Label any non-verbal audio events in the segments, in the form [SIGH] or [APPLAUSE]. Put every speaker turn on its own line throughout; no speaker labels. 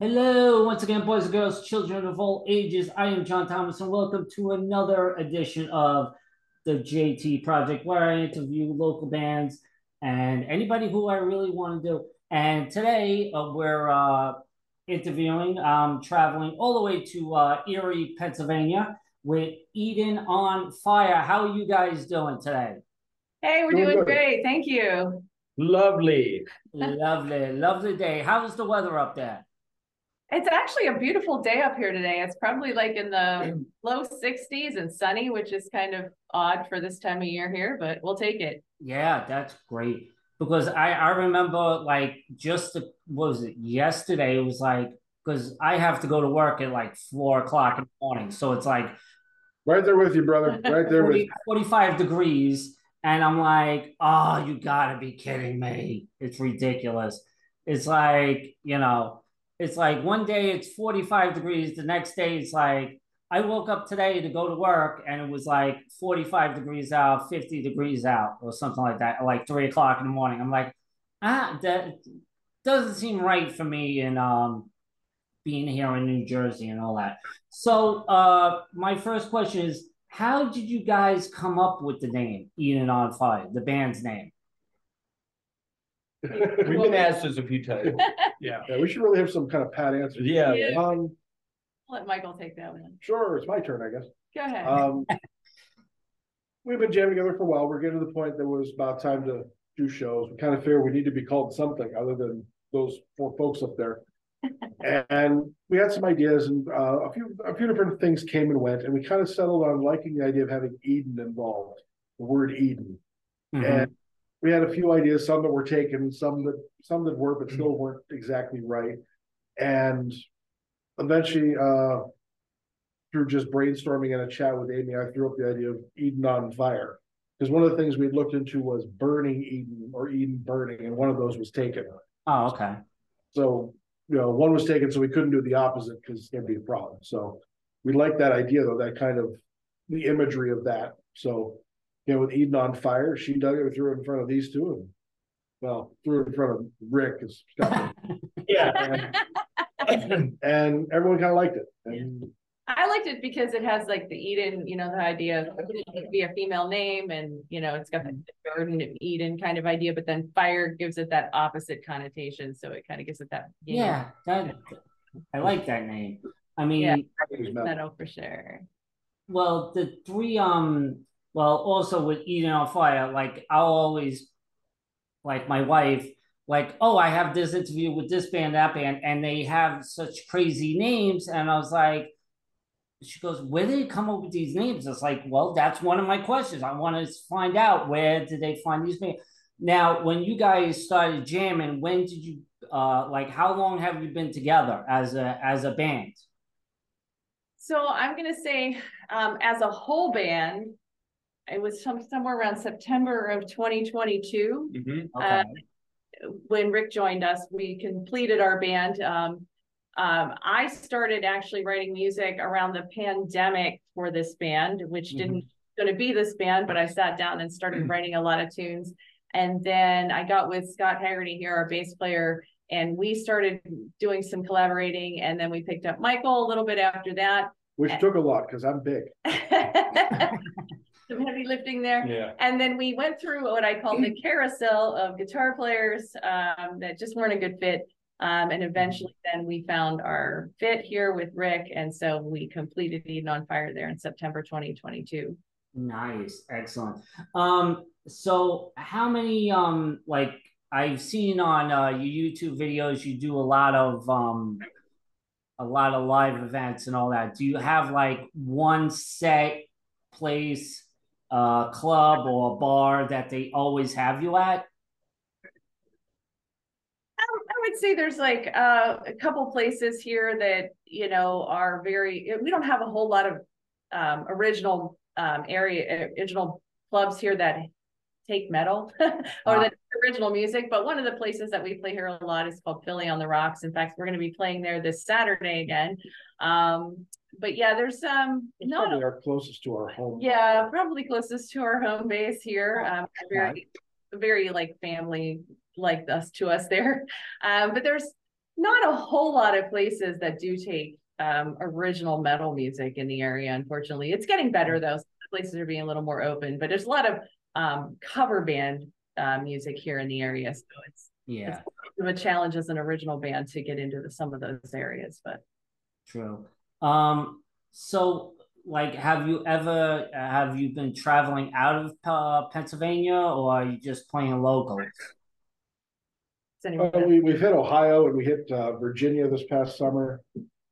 Hello, once again, boys and girls, children of all ages. I am John Thomas, and welcome to another edition of the JT Project, where I interview local bands and anybody who I really want to do. And today uh, we're uh, interviewing, um, traveling all the way to uh, Erie, Pennsylvania, with Eden on Fire. How are you guys doing today?
Hey, we're
Doing
doing
good.
great. Thank you.
Lovely.
lovely, lovely day. How's the weather up there?
It's actually a beautiful day up here today. It's probably like in
[CLEARS THROAT]
the low 60s and sunny, which is kind of odd for this time of year here, but we'll take it.
Yeah, that's great. Because I, I remember like just the, what was it yesterday? It was like because I have to go to work at like four o'clock in the morning. So it's like
Right there with you, brother. Right there with
40,
you.
45 degrees. And I'm like, oh, you gotta be kidding me. It's ridiculous. It's like, you know, it's like one day it's 45 degrees, the next day it's like, I woke up today to go to work and it was like 45 degrees out, 50 degrees out, or something like that, like three o'clock in the morning. I'm like, ah, that doesn't seem right for me in um being here in New Jersey and all that. So uh my first question is how did you guys come up with the name Eden on Fire, the band's name?
We've been asked this a few times. Yeah.
Yeah, we should really have some kind of pat answer.
Yeah.
Yeah.
Um,
Let Michael take that one.
sure, it's my turn, I guess.
Go ahead.
Um, we've been jamming together for a while. We're getting to the point that it was about time to do shows. We kind of figured we need to be called something other than those four folks up there. And we had some ideas, and uh, a few a few different things came and went, and we kind of settled on liking the idea of having Eden involved, the word Eden.
Mhm.
And we had a few ideas, some that were taken, some that some that were, but still weren't exactly right. And eventually, uh, through just brainstorming and a chat with Amy, I threw up the idea of Eden on fire. Because one of the things we looked into was burning Eden or Eden burning, and one of those was taken.
Oh, okay.
So, you know, one was taken, so we couldn't do the opposite because it's gonna be a problem. So we like that idea though, that kind of the imagery of that. So, you know, with Eden on fire, she dug it, threw it in front of these two and well, threw it in front of Rick is
Yeah.
and,
[CLEARS THROAT]
and everyone kind of liked it. And
I liked it because it has like the Eden, you know, the idea of
[LAUGHS]
it could be a female name and, you know, it's got the
Mm-hmm.
burden of Eden kind of idea, but then fire gives it that opposite connotation. So it kind of gives it that yin and
Yeah, that I like that name. I mean,
Yeah.
it was meant-
metal for sure.
well, the three um well also with Eden on Fire, like I'll always like my wife, like, oh, I have this interview with this band, that band, and they have such crazy names. And I was like, she goes, where did they come up with these names? It's like, well, that's one of my questions. I want to find out where did they find these names. Now, when you guys started jamming, when did you uh like how long have you been together as a as a band?
So I'm gonna say, um, as a whole band, it was some, somewhere around September of 2022
Mhm.
Okay.
when Rick joined us. We completed our band. Um, um, I started actually writing music around the pandemic for this band, which
Mhm.
didn't going to be this band, but I sat down and started writing a lot of tunes. And then I got with Scott Haggerty here, our bass player, and we started doing some collaborating. And then we picked up Michael a little bit after that.
Which took a lot because I'm big.
[LAUGHS] some heavy lifting there.
Yeah.
And then we went through what I call the carousel of guitar players um, that just weren't a good fit. Um, and eventually, then we found our fit here with Rick. And so we completed Eden on Fire there in September 2022.
Nice, excellent. Um, so how many um like I've seen on uh your YouTube videos you do a lot of um a lot of live events and all that. Do you have like one set place uh club or bar that they always have you at?
I I would say there's like uh, a couple places here that you know are very. eh, We don't have a whole lot of um, original um, area original clubs here that take metal [LAUGHS] or
Wow.
that original music. But one of the places that we play here a lot is called Philly on the Rocks. In fact, we're going to be playing there this Saturday again. Um, but yeah, there's um
It's
not a
probably our closest to our home.
yeah, probably closest to our home base here. Um,
okay.
very, very like family like us to us there. [LAUGHS] Um, but there's not a whole lot of places that do take um original metal music in the area, unfortunately. It's getting better though. Some Places are being a little more open, but there's a lot of um cover band uh music here in the area. So it's
Yeah,
of a challenge as an original band to get into the, some of those areas, but
true. Um, so like, have you ever have you been traveling out of uh, Pennsylvania, or are you just playing local?
it's anyway.
Uh, we, we've hit Ohio and we hit, uh, Virginia this past summer.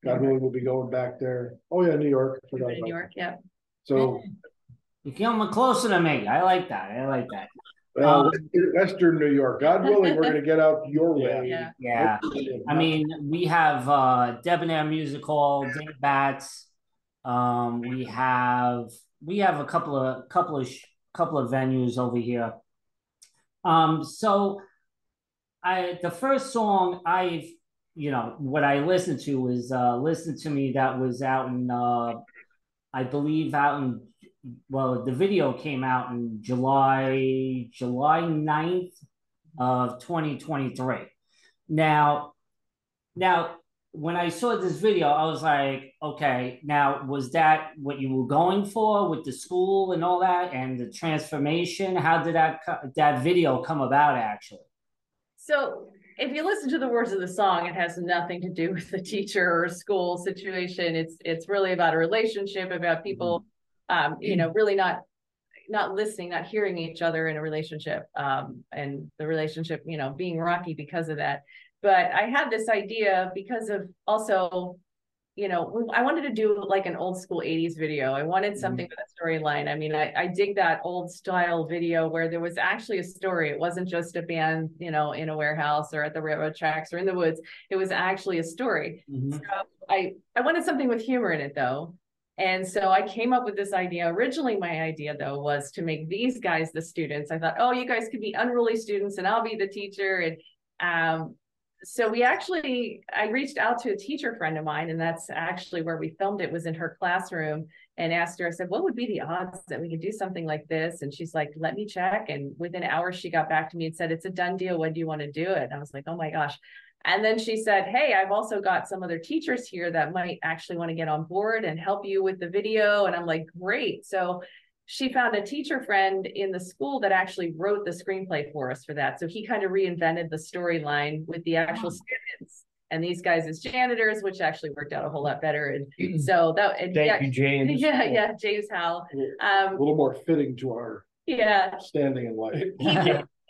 God willing, we'll be going back there. Oh, yeah, New York.
We've
forgot
been in New
about-
York, yeah.
So,
You come closer to me. I like that. I like that.
uh,
Um,
Western- Western New York,
[LAUGHS]
God willing, we're gonna get out your way.
Yeah.
Yeah. I mean, we have uh Debonair Music Hall, Dave Bats. Um, we have we have a couple of couple of sh- couple of venues over here. Um, so I the first song I've you know what I listened to was uh "Listen to Me" that was out in uh I believe out in well the video came out in July July 9th of 2023. Now, now when I saw this video, I was like, okay, now was that what you were going for with the school and all that and the transformation? How did that co- that video come about actually?
So if you listen to the words of the song, it has nothing to do [LAUGHS] with the teacher or school situation. It's, it's really about a relationship, about people, um, you know, really not, not listening, not hearing each other in a relationship, um, and the relationship, you know, being rocky because of that. But I had this idea because of also you know, I wanted to do like an old school 80s video. I wanted something with a storyline. I mean, I, I dig that old style video where there was actually a story. It wasn't just a band, you know, in a warehouse or at the railroad tracks or in the woods. It was actually a story.
Mhm.
I, I wanted something with humor in it though. And so I came up with this idea. Originally, my idea though was to make these guys the students. I thought, oh, you guys could be unruly students and I'll be the teacher. And um, so we actually, I reached out to a teacher friend of mine, and that's actually where we filmed it, was in her classroom and asked her, I said, what would be the odds that we could do something like this? And she's like, let me check. And within hours, she got back to me and said, it's a done deal. When do you want to do it? And I was like, oh my gosh. And then she said, hey, I've also got some other teachers here that might actually want to get on board and help you with the video. And I'm like, great. So she found a teacher friend in the school that actually wrote the screenplay for us for that. So he kind of reinvented the storyline with the actual students and these guys as janitors, which actually worked out a whole lot better.
[CLEARS THROAT]
And so that, and yeah,
Thank you, James.
yeah, yeah, James Howell.
A
Um,
little more fitting to our
yeah,
standing in life. [LAUGHS]
he,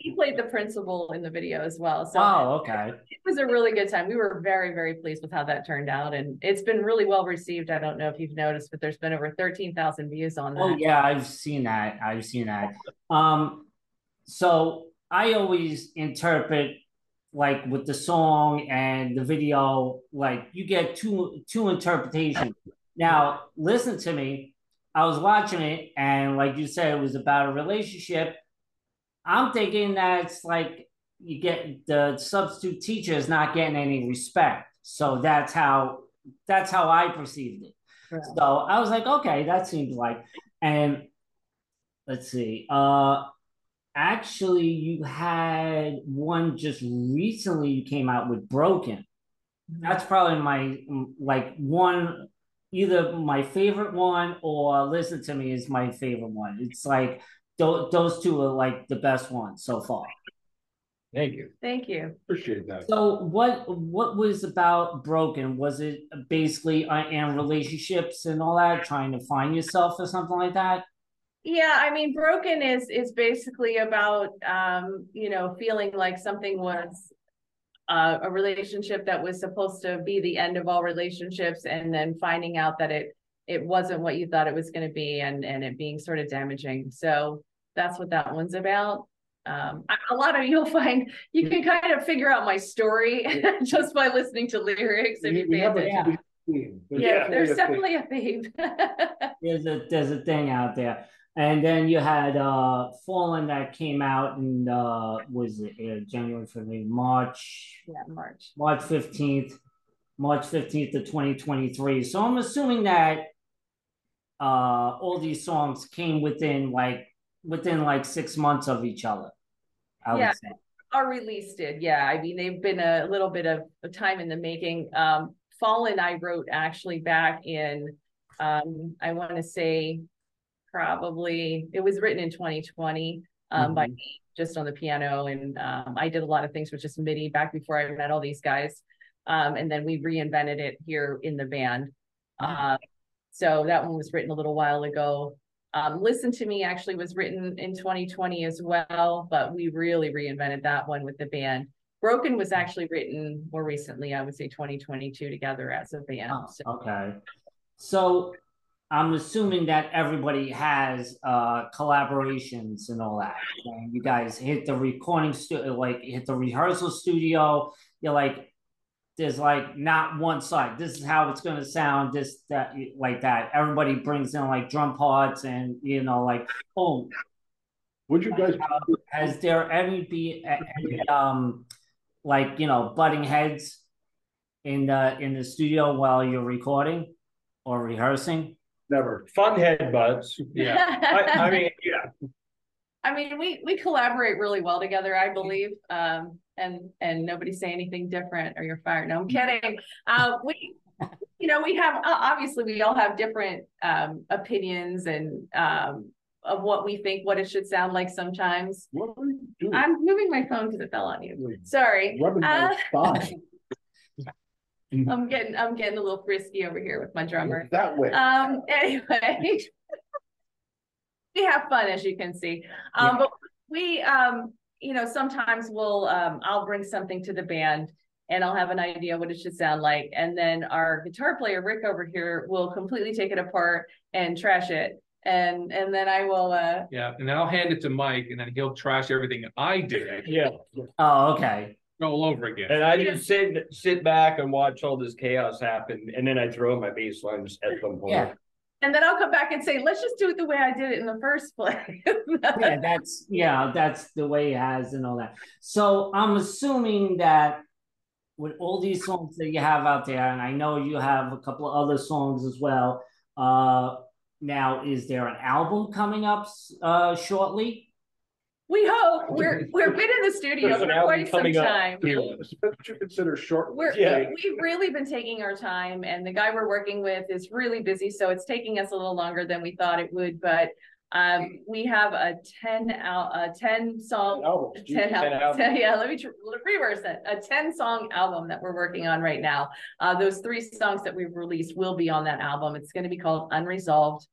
he played the principal in the video as well. So
[LAUGHS] Oh, okay.
it was a really good time. We were very, very pleased with how that turned out, and it's been really well received. I don't know if you've noticed, but there's been over thirteen thousand views on that.
Oh yeah, I've seen that. I've seen that. Um, so I always interpret like with the song and the video, like you get two two interpretations. Now, listen to me. I was watching it, and like you said, it was about a relationship. I'm thinking that it's like you get the substitute teacher is not getting any respect. So that's how that's how I perceived it.
Right.
So I was like, okay, that seems like and let's see. Uh actually you had one just recently you came out with Broken. That's probably my like one either my favorite one or Listen to Me is my favorite one. It's like tho- those two are like the best ones so far.
Thank you.
Thank you.
Appreciate that.
So what what was about broken? Was it basically uh, and relationships and all that, trying to find yourself or something like that?
Yeah, I mean, broken is is basically about um, you know feeling like something was uh, a relationship that was supposed to be the end of all relationships, and then finding out that it it wasn't what you thought it was going to be, and and it being sort of damaging. So that's what that one's about. Um, a- a lot of you'll [LAUGHS] find you can kind of figure out my story [LAUGHS] just by listening to lyrics. If
We-
you
we
pay
have a-
attention.
attention.
we-
yeah, there's
a-
definitely a theme. [LAUGHS]
There's a there's a thing out there, and then you had uh Fallen that came out and uh was it uh, January, February, March,
yeah, March.
March fifteenth, March fifteenth of twenty twenty three. So I'm assuming that uh all these songs came within like within like six months of each other. I
Yeah.
would say.
Our release did, yeah. I mean, they've been a little bit of of time in the making. Um, Fallen I wrote actually back in, um, I want to say probably, it was written in twenty twenty, um, by me, just on the piano. And, um, I did a lot of things with just MIDI back before I met all these guys. Um, and then we reinvented it here in the band.
Mm-hmm.
Uh, so that one was written a little while ago. Um, Listen to Me actually was written in 2020 as well, but we really reinvented that one with the band. Broken was actually written more recently, I would say 2022 together as a band.
Oh,
So
okay. So I'm assuming that everybody has uh collaborations and all that. And you guys hit the recording studio, like hit the rehearsal studio. You're like, there's like not one side. This is how it's gonna sound. This that like that. Everybody brings in like drum parts and you know like oh
Would you
[LAUGHS]
guys,
has there any be any, um like you know butting heads in the in the studio while you're recording or rehearsing?
never,
Fun headbutts, yeah.
[LAUGHS]
I, I mean, [LAUGHS] yeah,
I mean, we we collaborate really well together, I believe. Um, and and nobody say anything different or you're fired. No, I'm kidding. Uh, we, you know, we have o- obviously we all have different um opinions and um of what we think what it should sound like sometimes.
what are you doing?
I'm moving my phone because it fell on you. Sorry,
Rubbing my thigh
I'm getting I'm getting a little frisky over here with my [LAUGHS] drummer.
that way.
Um, [LAUGHS] anyway. We have fun, as you can see. Um, but we, um, you know, sometimes we'll, um, I'll bring something to the band and I'll have an idea what it should sound like. And then our guitar player, Rick over here, will completely take it apart and trash it. And, and then I will, uh,
Yeah, and then I'll hand it to Mike and then he'll trash everything I did
yeah.
Oh, okay.
all over again.
And I just sit, sit back and watch all this chaos happen, and then I throw in my bass lines at some
Yeah.
point.
and then I'll come back and say, let's just do it the way I did it in the first [LAUGHS] place.
Yeah, that's yeah, that's the way it has and all that. So I'm assuming that with all these songs that you have out there, and I know you have a couple of other songs as well. Uh now is there an album coming up uh shortly?
We hope, we're,
[LAUGHS]
we've been in the studio
There's an
for
album
quite some
coming up.
time.
That's What you consider short.
We're,
Yeah.
we've really been taking our time and the guy we're working with is really busy, so it's taking us a little longer than we thought it would, but um, we have a ten out, a ten song,
Albums, geez.
ten,
ten
al-
album.
ten- [LAUGHS] yeah, let me tr- let me reverse that, a ten song album that we're working on right now. Uh, those three songs that we've released will be on that album. It's gonna be called Unresolved.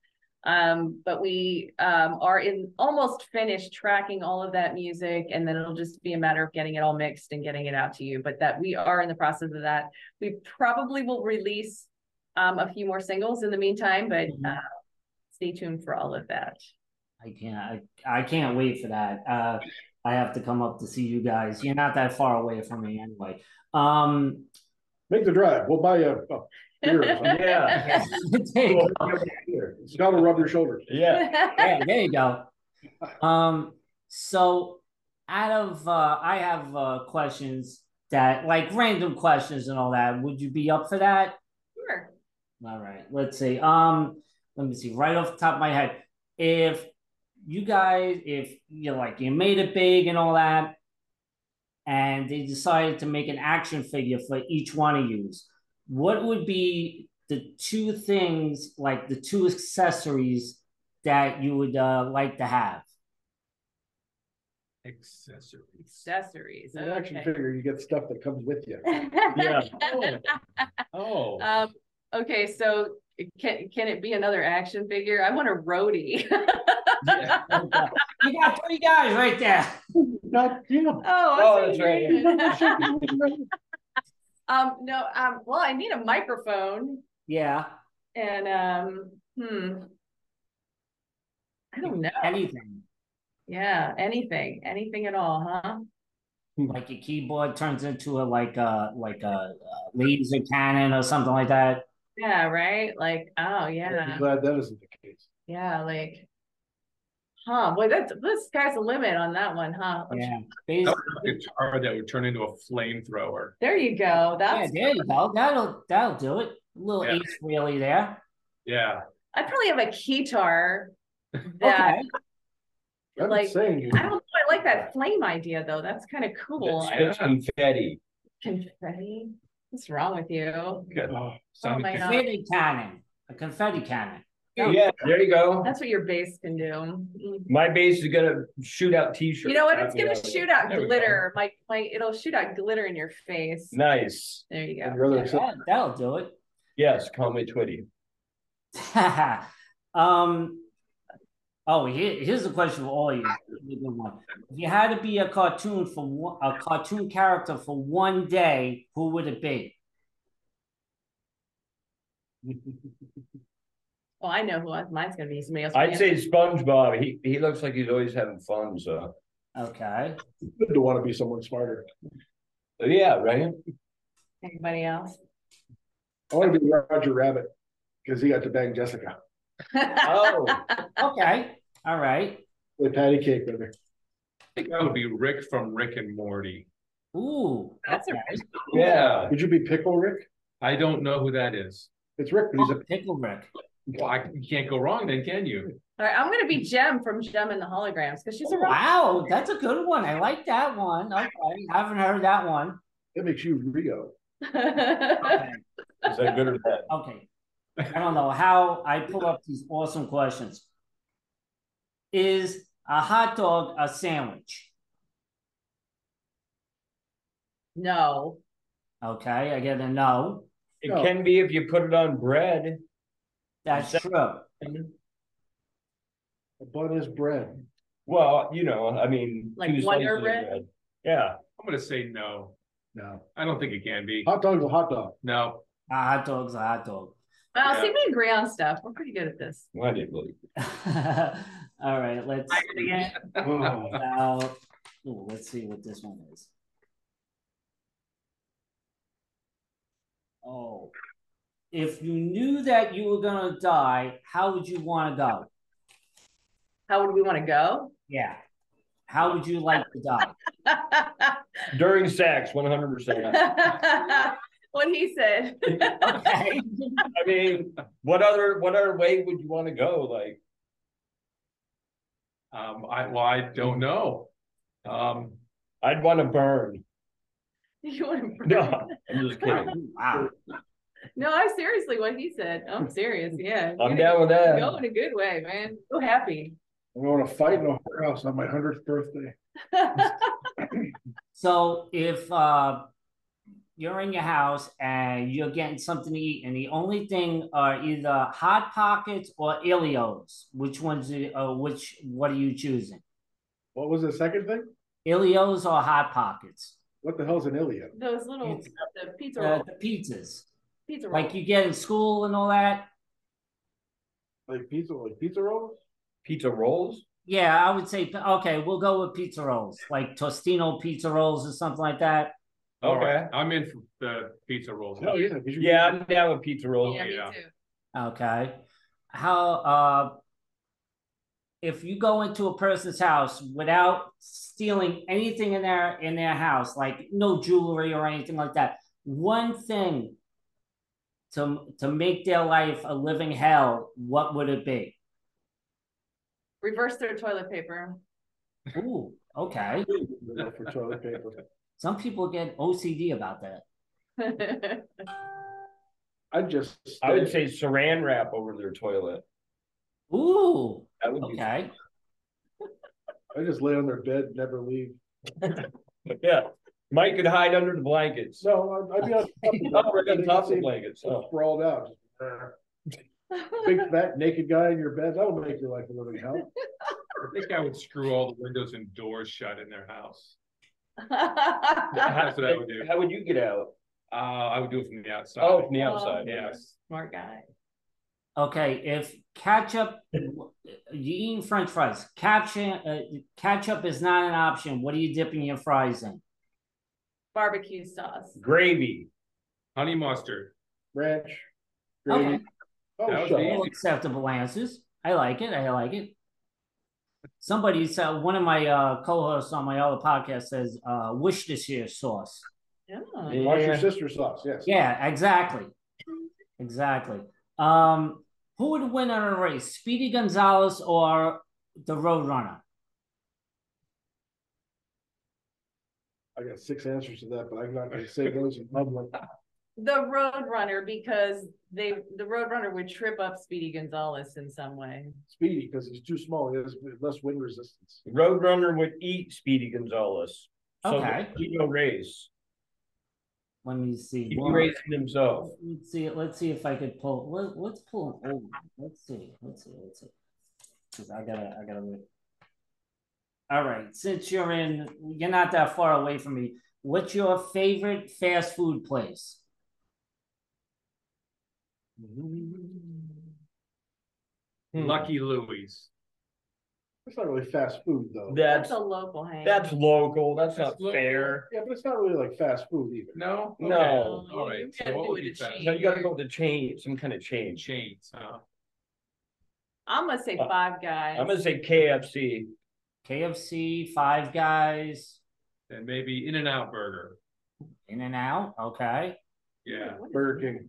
Um, but we um are in almost finished tracking all of that music, and then it'll just be a matter of getting it all mixed and getting it out to you. But that we are in the process of that. We probably will release um a few more singles in the meantime, but
Mhm.
uh, stay tuned for all of that.
I can't. I, I can't wait for that. Uh, I have to come up to see you guys. You're not that far away from me anyway. Um, [LAUGHS]
Make the drive. We'll buy you a a beer. or
[LAUGHS]
something.
Yeah.
there you go.
It's gotta rub your shoulders.
Yeah.
Yeah, there you go. Um, so out of uh, I have uh, questions that like random questions and all that. Would you be up for that?
[LAUGHS] Sure.
All right, let's see. Um, let me see. Right off the top of my head, if you guys, if you know, like you made it big and all that, and they decided to make an action figure for each one of you, what would be the two things, like the two accessories that you would uh, like to have?
Accessories.
Accessories.
An action
okay.
figure, you get stuff that comes with you.
[LAUGHS]
Yeah.
Oh,
Um, okay, so can can it be another action figure? I want a roadie. [LAUGHS]
yeah.
You got three guys right there. [LAUGHS]
Not,
[LAUGHS]
yeah.
Oh,
Oh,
I'm
that's
so
right.
[LAUGHS]
great. Um, no, um, well, I need a microphone
Yeah,
and um, hmm. I don't know.
anything
Yeah, anything, anything at all, huh?
like your keyboard turns into a like a like a uh, laser cannon or something like that.
Yeah, right? Like, oh yeah,
I'm Glad that isn't the case.
yeah, like. Huh, boy, that's this guy's the limit on that one, huh?
Yeah,
That
basically,
would be a Guitar that would turn into a flamethrower.
There you go.
yeah,
That's
there you go. That'll that'll do it. A little
Yeah.
ace really there.
Yeah,
I probably have a keytar
Okay.
that
I'm
Like,
not saying you.
I don't know, I like that flame idea though, that's kind of cool. I-
It's confetti.
Confetti, what's wrong with you?
Oh,
Sound
my
like-
God.
confetti cannon, a confetti cannon.
Yeah.
Yeah, there you go.
That's what your base can do. Mm.
My base is gonna shoot out t-shirts.
You know what, it's gonna shoot out
There we go.
glitter, my, my, it'll shoot out glitter in your face.
Nice.
There you
I'd
go.
rather accept-
That, that'll do it. [LAUGHS]
Yes, call me Twitty.
um, oh, here, here's a question for all of you. Here's a good one. If you had to be a cartoon for one, a cartoon character for one day, who would it be?
Well, I know who I- mine's gonna be, somebody else.
I'd say SpongeBob. He he looks like he's always having fun, so.
Okay.
Good to want to be someone smarter.
Yeah,
[LAUGHS]
right?
Anybody else? [LAUGHS]
I want to be Roger Rabbit because he got to bang Jessica.
Oh,
[LAUGHS]
Okay. All right.
Play patty cake with her.
I think that would be Rick from Rick and Morty.
Ooh.
That's a-
yeah.
Would you be Pickle Rick?
I don't know who that is.
It's Rick, but he's a
Pickle Rick.
Well, I, you can't go wrong then, can you?
All right, I'm gonna be Jem from Jem and the Holograms, because she's a rock.
Oh, Wow, that's a good one. I like that one. Okay. Haven't heard that one.
that makes you Rio.
Okay.
Is that good or bad?
okay. I don't know how I pull up these awesome questions. Is a hot dog a sandwich?
[LAUGHS] No,
Okay, I get a no.
It can be if you put it on bread.
That's true.
A bun is bread.
Well, you know, I mean.
Like
two
Wonder
slices of
Bread?
Yeah.
I'm gonna say no.
No.
I don't think it can be.
Hot dog's a hot
[LAUGHS]
dog.
No.
A hot dog's a hot dog. [LAUGHS]
well,
Yeah.
see, we agree on stuff, we're pretty good at this.
Well, I didn't believe.
All right, let's
Oh.
now, ooh, let's see what this one is. Oh, if you knew that you were gonna die, how would you want to go?
How would we wanna go? [LAUGHS]
Yeah. How would you like to die?
During sex, one hundred percent.
[LAUGHS] What he said. [LAUGHS]
[LAUGHS] Okay.
I mean, what other, what other way would you wanna go? Like,
Um, I, well, I don't know. Um,
I'd wanna
[LAUGHS]
burn.
You
[LAUGHS]
wanna burn?
No, I'm just kidding.
Wow.
No, I seriously, what he said, I'm serious, yeah.
I'm down with that.
Go in a good way, man, so happy.
I'm going to fight in a house on my hundredth birthday.
So if uh, you're in your house and you're getting something to eat, and the only thing are either hot pockets or Ilios, which ones? Uh, which what are you choosing?
What was the second thing?
Ilios or hot pockets?
What the hell's an Ilya?
Those little,
Pizza.
the pizza
Uh,
roll,
the pizzas,
pizza roll.
like you get in school and all that.
Like pizza, like pizza rolls?
Pizza rolls?
Yeah, I would say okay. We'll go with pizza rolls, like Tostino pizza rolls or something like that.
all
Okay.
right, Oh, I'm in for the pizza rolls. Oh,
Oh yeah. 'cause you-
Yeah, I'm down with pizza rolls.
Yeah, me
yeah.
too.
Okay. How uh if you go into a person's house without stealing anything in their in their house, like no jewelry or anything like that, one thing to to make their life a living hell, what would it be?
Reverse their toilet paper.
Ooh, okay.
For toilet paper.
Some people get OCD about that.
[LAUGHS]
I just.
I would say saran wrap over their toilet.
Ooh,
That would be,
okay.
I just lay on their bed, never leave.
yeah. Mike could hide under the blankets.
No, I'd I'd be on. top of
[LAUGHS] Oh, right on
them.
top of the blankets. Oh.
Sprawled out. Big fat naked guy in your bed. That'll make your life a living hell.
I think I would screw all the windows and doors shut in their house.
How
That's what I would do.
how would you get out?
Uh, I would do it from the outside.
Oh, from the outside.
Yes.
Smart guy.
Okay, if ketchup, you eating French fries, ketchup, uh, ketchup is not an option. What are you dipping your fries in?
Barbecue sauce.
Gravy.
Honey mustard.
Ranch.
Okay.
gravy.
That
Oh,
was
shut
easy.
up.
all acceptable answers. I like it. I like it. Somebody said one of my uh, co-hosts on my other podcast says uh, Worcestershire sauce.
Yeah.
Watch
Yeah.
your sister sauce, yes.
Yeah, exactly, exactly. Um, who would win in a race, Speedy Gonzalez or the Roadrunner?
I got six answers to that, but I'm not gonna say those in public.
The Road Runner because they, the Road Runner would trip up Speedy Gonzalez in some way.
Speedy, because he's too small, he has less wind resistance.
Roadrunner would eat Speedy Gonzalez. So
Okay.
there's no race.
Let me see.
He
Well,
raised himself.
Let's see. Let's see if I could pull. Let, let's pull an old. one. Let's see. Let's see. Let's see. 'Cause I gotta. I gotta look. All right. Since you're in, you're not that far away from me. What's your favorite fast food place?
Mm-hmm. Hmm.
Lucky Louie's.
It's not really fast food though.
That's,
That's a local hang.
that's local. That's
That's
not
local.
fair.
Yeah, but it's not really like fast food either.
No?
No.
Okay.
Oh,
All
you
right, so
gotta
what
do
would
it
be
at
fast?
So you gotta go with the chain, some kind of chain.
Chains, huh?
I'm gonna say
Uh,
Five Guys.
I'm gonna say KFC.
KFC, Five Guys,
And maybe In-N-Out Burger.
In and Out. Okay.
Yeah.
What is
Burger King.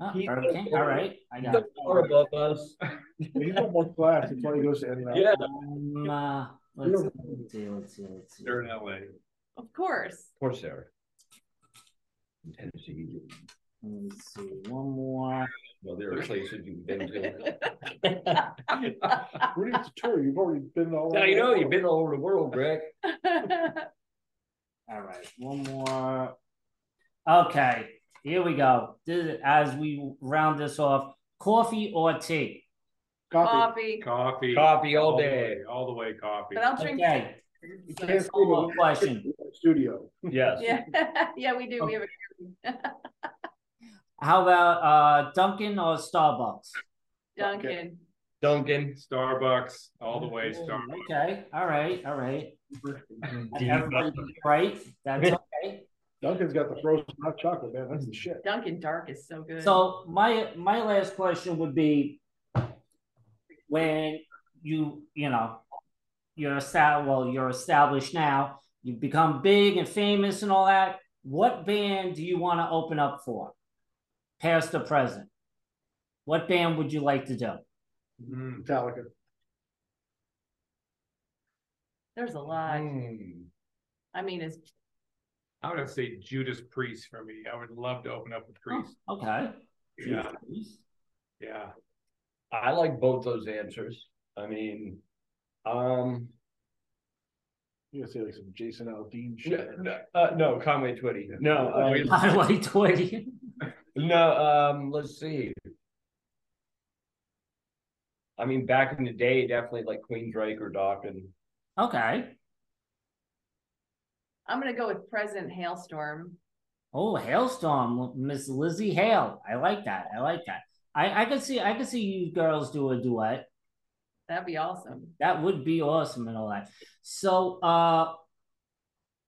Oh,
He's
Burger King.
the-
All right. I
He's
got. It.
far above us.
He's got more class. That's why he goes to in and
Yeah.
out.
Um, uh, let's, let's see. Let's see. Let's see.
They're in LA.
Of
[LAUGHS]
course.
Of course they are. Tennessee,
Let's see. One more.
well, there are places you've been to.
[LAUGHS]
Who needs a tour? You've already been all.
Now, you know,
over.
you've been all over the world, Greg.
All right, one more. Okay, here we go. This is, as we round this off, coffee or tea?
Coffee.
Coffee,
Coffee.
Coffee all
the
day.
way, All the way coffee.
but I'll drink.
Okay,
You
So-
can't
follow-up
[CLEARS THROAT]
question.
Studio.
Yes.
Yeah, yeah, [LAUGHS] we do. We have, a-
[LAUGHS]
[LAUGHS]
How about uh Dunkin' or Starbucks?
Duncan.
Duncan.
Starbucks, all the way
Oh,
Starbucks.
Okay, all right, all right. Everybody right? That's okay.
Duncan's got the frozen hot chocolate, man. That's the shit.
Duncan Dark is so good.
So my my last question would be when you you know you're established well you're established now you become big and famous and all that what band do you want to open up for past or present what band would you like to do
Mm.
Metallica.
There's a lot.
Mm.
Hmm.
I mean, it's
I would have to say Judas Priest for me. I would love to open up with Priest.
Oh, okay
Yeah, yeah.
I like both those answers. I mean, um,
You gotta say like some Jason Aldean shit.
no, uh, no, Conway Twitty. No,
[LAUGHS]
um,
i like Twitty.
No, um, let's see. I mean, back in the day, definitely like Queensryche or Dawkins.
okay
I'm gonna go with present hailstorm.
oh hailstorm miss lizzie hale i like that i like that i i could see i could see you girls do a duet
That'd be awesome. [LAUGHS]
That would be awesome and all that. So, uh,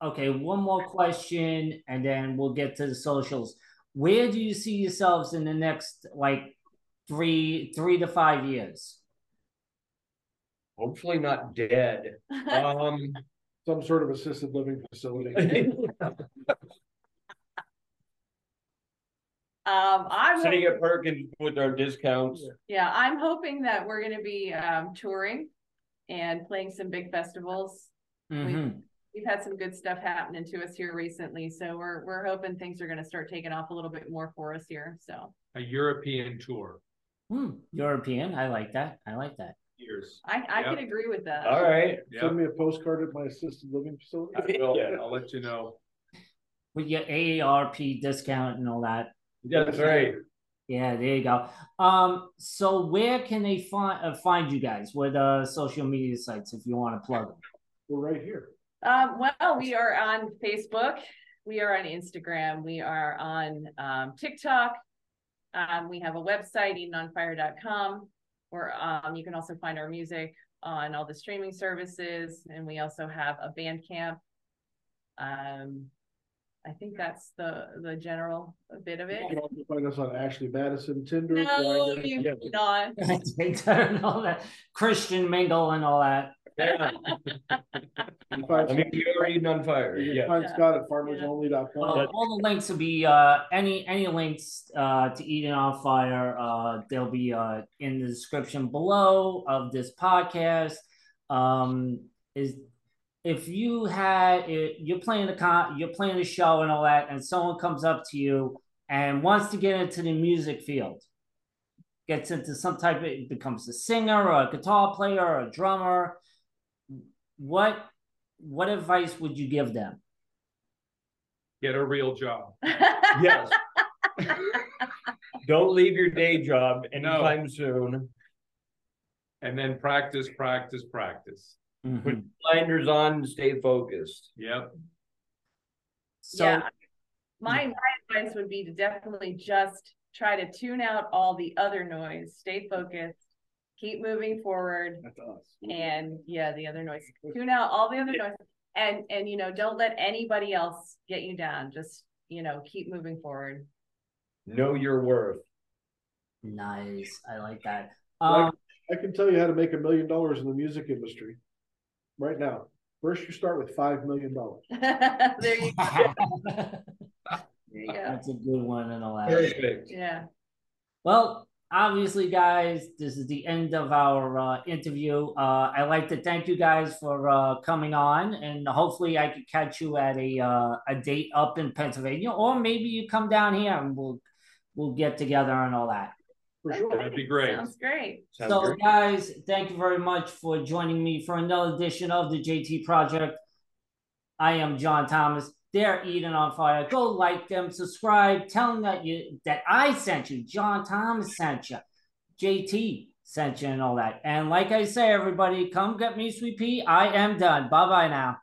okay, one more question, and then we'll get to the socials. Where do you see yourselves in the next like three, three to five years?
Hopefully not dead. Um,
Some sort of assisted living facility.
Um, I'm
sitting
hoping-
at Perkins with our discounts.
yeah, I'm hoping that we're gonna be um touring and playing some big festivals.
Mhm.
We've had some good stuff happening to us here recently, so we're we're hoping things are gonna start taking off a little bit more for us here. So
a European tour.
Hmm, European, I like that. I like that.
Years.
I I
Yep.
can agree with that.
All right.
Yeah,
Send me a postcard at my assisted living facility.
[LAUGHS] I will.
yeah. I'll let you know.
With your AARP discount and all that.
That's right.
Yeah, there you go. Um, so where can they find uh, find you guys? Where the social media sites, if you want to plug them?
We're right here.
Um, well, we are on Facebook, we are on Instagram, we are on um, TikTok. Um, we have a website, edenonfire.com, where um, you can also find our music on all the streaming services. And we also have a Bandcamp. Um, I think that's the the general bit of
You
it.
can also find us on Ashley Madison, Tinder.
No,
Grindr.
you not. [LAUGHS]
[LAUGHS] Twitter and all that Christian mingle and all that.
Yeah.
You can
I
find-
mean, you're already on fire.
you
Yeah.
can find Scott at
Well,
farmersonly.com.
all the links will be uh, any any links uh, to Eden on Fire. Uh, they'll be uh, in the description below of this podcast. Um, is if you had i- you're playing a con you're playing a show and all that and someone comes up to you and wants to get into the music field gets into some type of becomes a singer or a guitar player or a drummer what what advice would you give them
Get a real job.
Yes. Don't leave your day job
No.
anytime soon.
And then practice, practice, practice.
Blinders on and stay focused.
Yep.
so
[LAUGHS] yeah. My, my advice would be to definitely just try to tune out all the other noise, stay focused, keep moving forward.
That's us.
And yeah, the other noise, tune out all the other noise. And, and, you know, don't let anybody else get you down. Just, you know, keep moving forward. [LAUGHS]
Know your worth.
nice i like that
Like-
um
I can tell you how to make a million dollars in the music industry right now. First, you start with five million dollars.
there you go. There you go.
Um, [LAUGHS] that's a good one and all that
Perfect.
Yeah.
Well, obviously, guys, this is the end of our uh, interview. Uh, I'd like to thank you guys for uh, coming on, and hopefully, I could catch you at a uh, a date up in Pennsylvania, or maybe you come down here and we'll we'll get together and all that.
For sure.
That'd be great.
Sounds great.
Sounds
so,
great.
guys, thank you very much for joining me for another edition of the JT Project. I am John Thomas. They're Eden on fire. Go like them, subscribe, tell them that you that I sent you, John Thomas sent you, JT sent you, and all that. And like I say, everybody, come get me, sweet pea. I am done. Bye bye now.